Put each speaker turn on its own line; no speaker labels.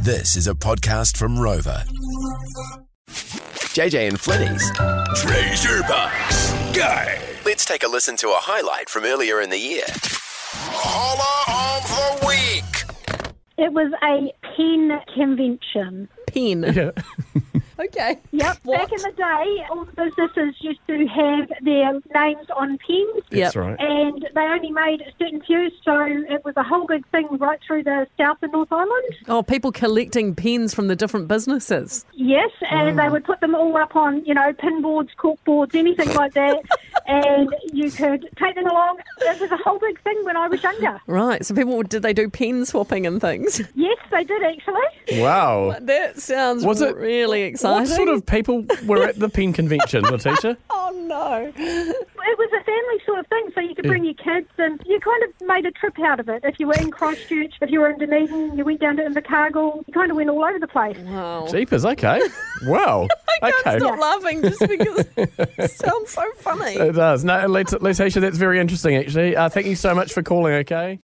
This is a podcast from Rover. JJ and Flinny's Treasure Box. Go! Let's take a listen to a highlight from earlier in the year.
Holler of the week.
It was a pen convention.
Pen. okay.
Yep.
What?
Back in the day, all the businesses used to have their names on pens.
Yep.
That's right.
And they only made a certain few, so it was a whole good thing right through the South and North Island.
Oh, people collecting pens from the different businesses.
Yes, and they would put them all up on, you know, pin boards, cork boards, anything like that. and you could take them along. It was a whole big thing when I was younger.
Right. So people did they do pen swapping and things?
Yes, they did actually.
Wow.
That sounds
Was it-
really exciting.
What sort of people were at the pen convention, Letitia?
Oh no.
It was a family sort of thing, so you could bring your kids and you kind of made a trip out of it. If you were in Christchurch, if you were in Dunedin, you went down to Invercargill, you kind of went all over the place.
Wow.
Jeepers, okay. Wow. okay.
Stop laughing just because it sounds so funny.
It does. No, Let- Letitia, that's very interesting, actually. Uh, thank you so much for calling, okay?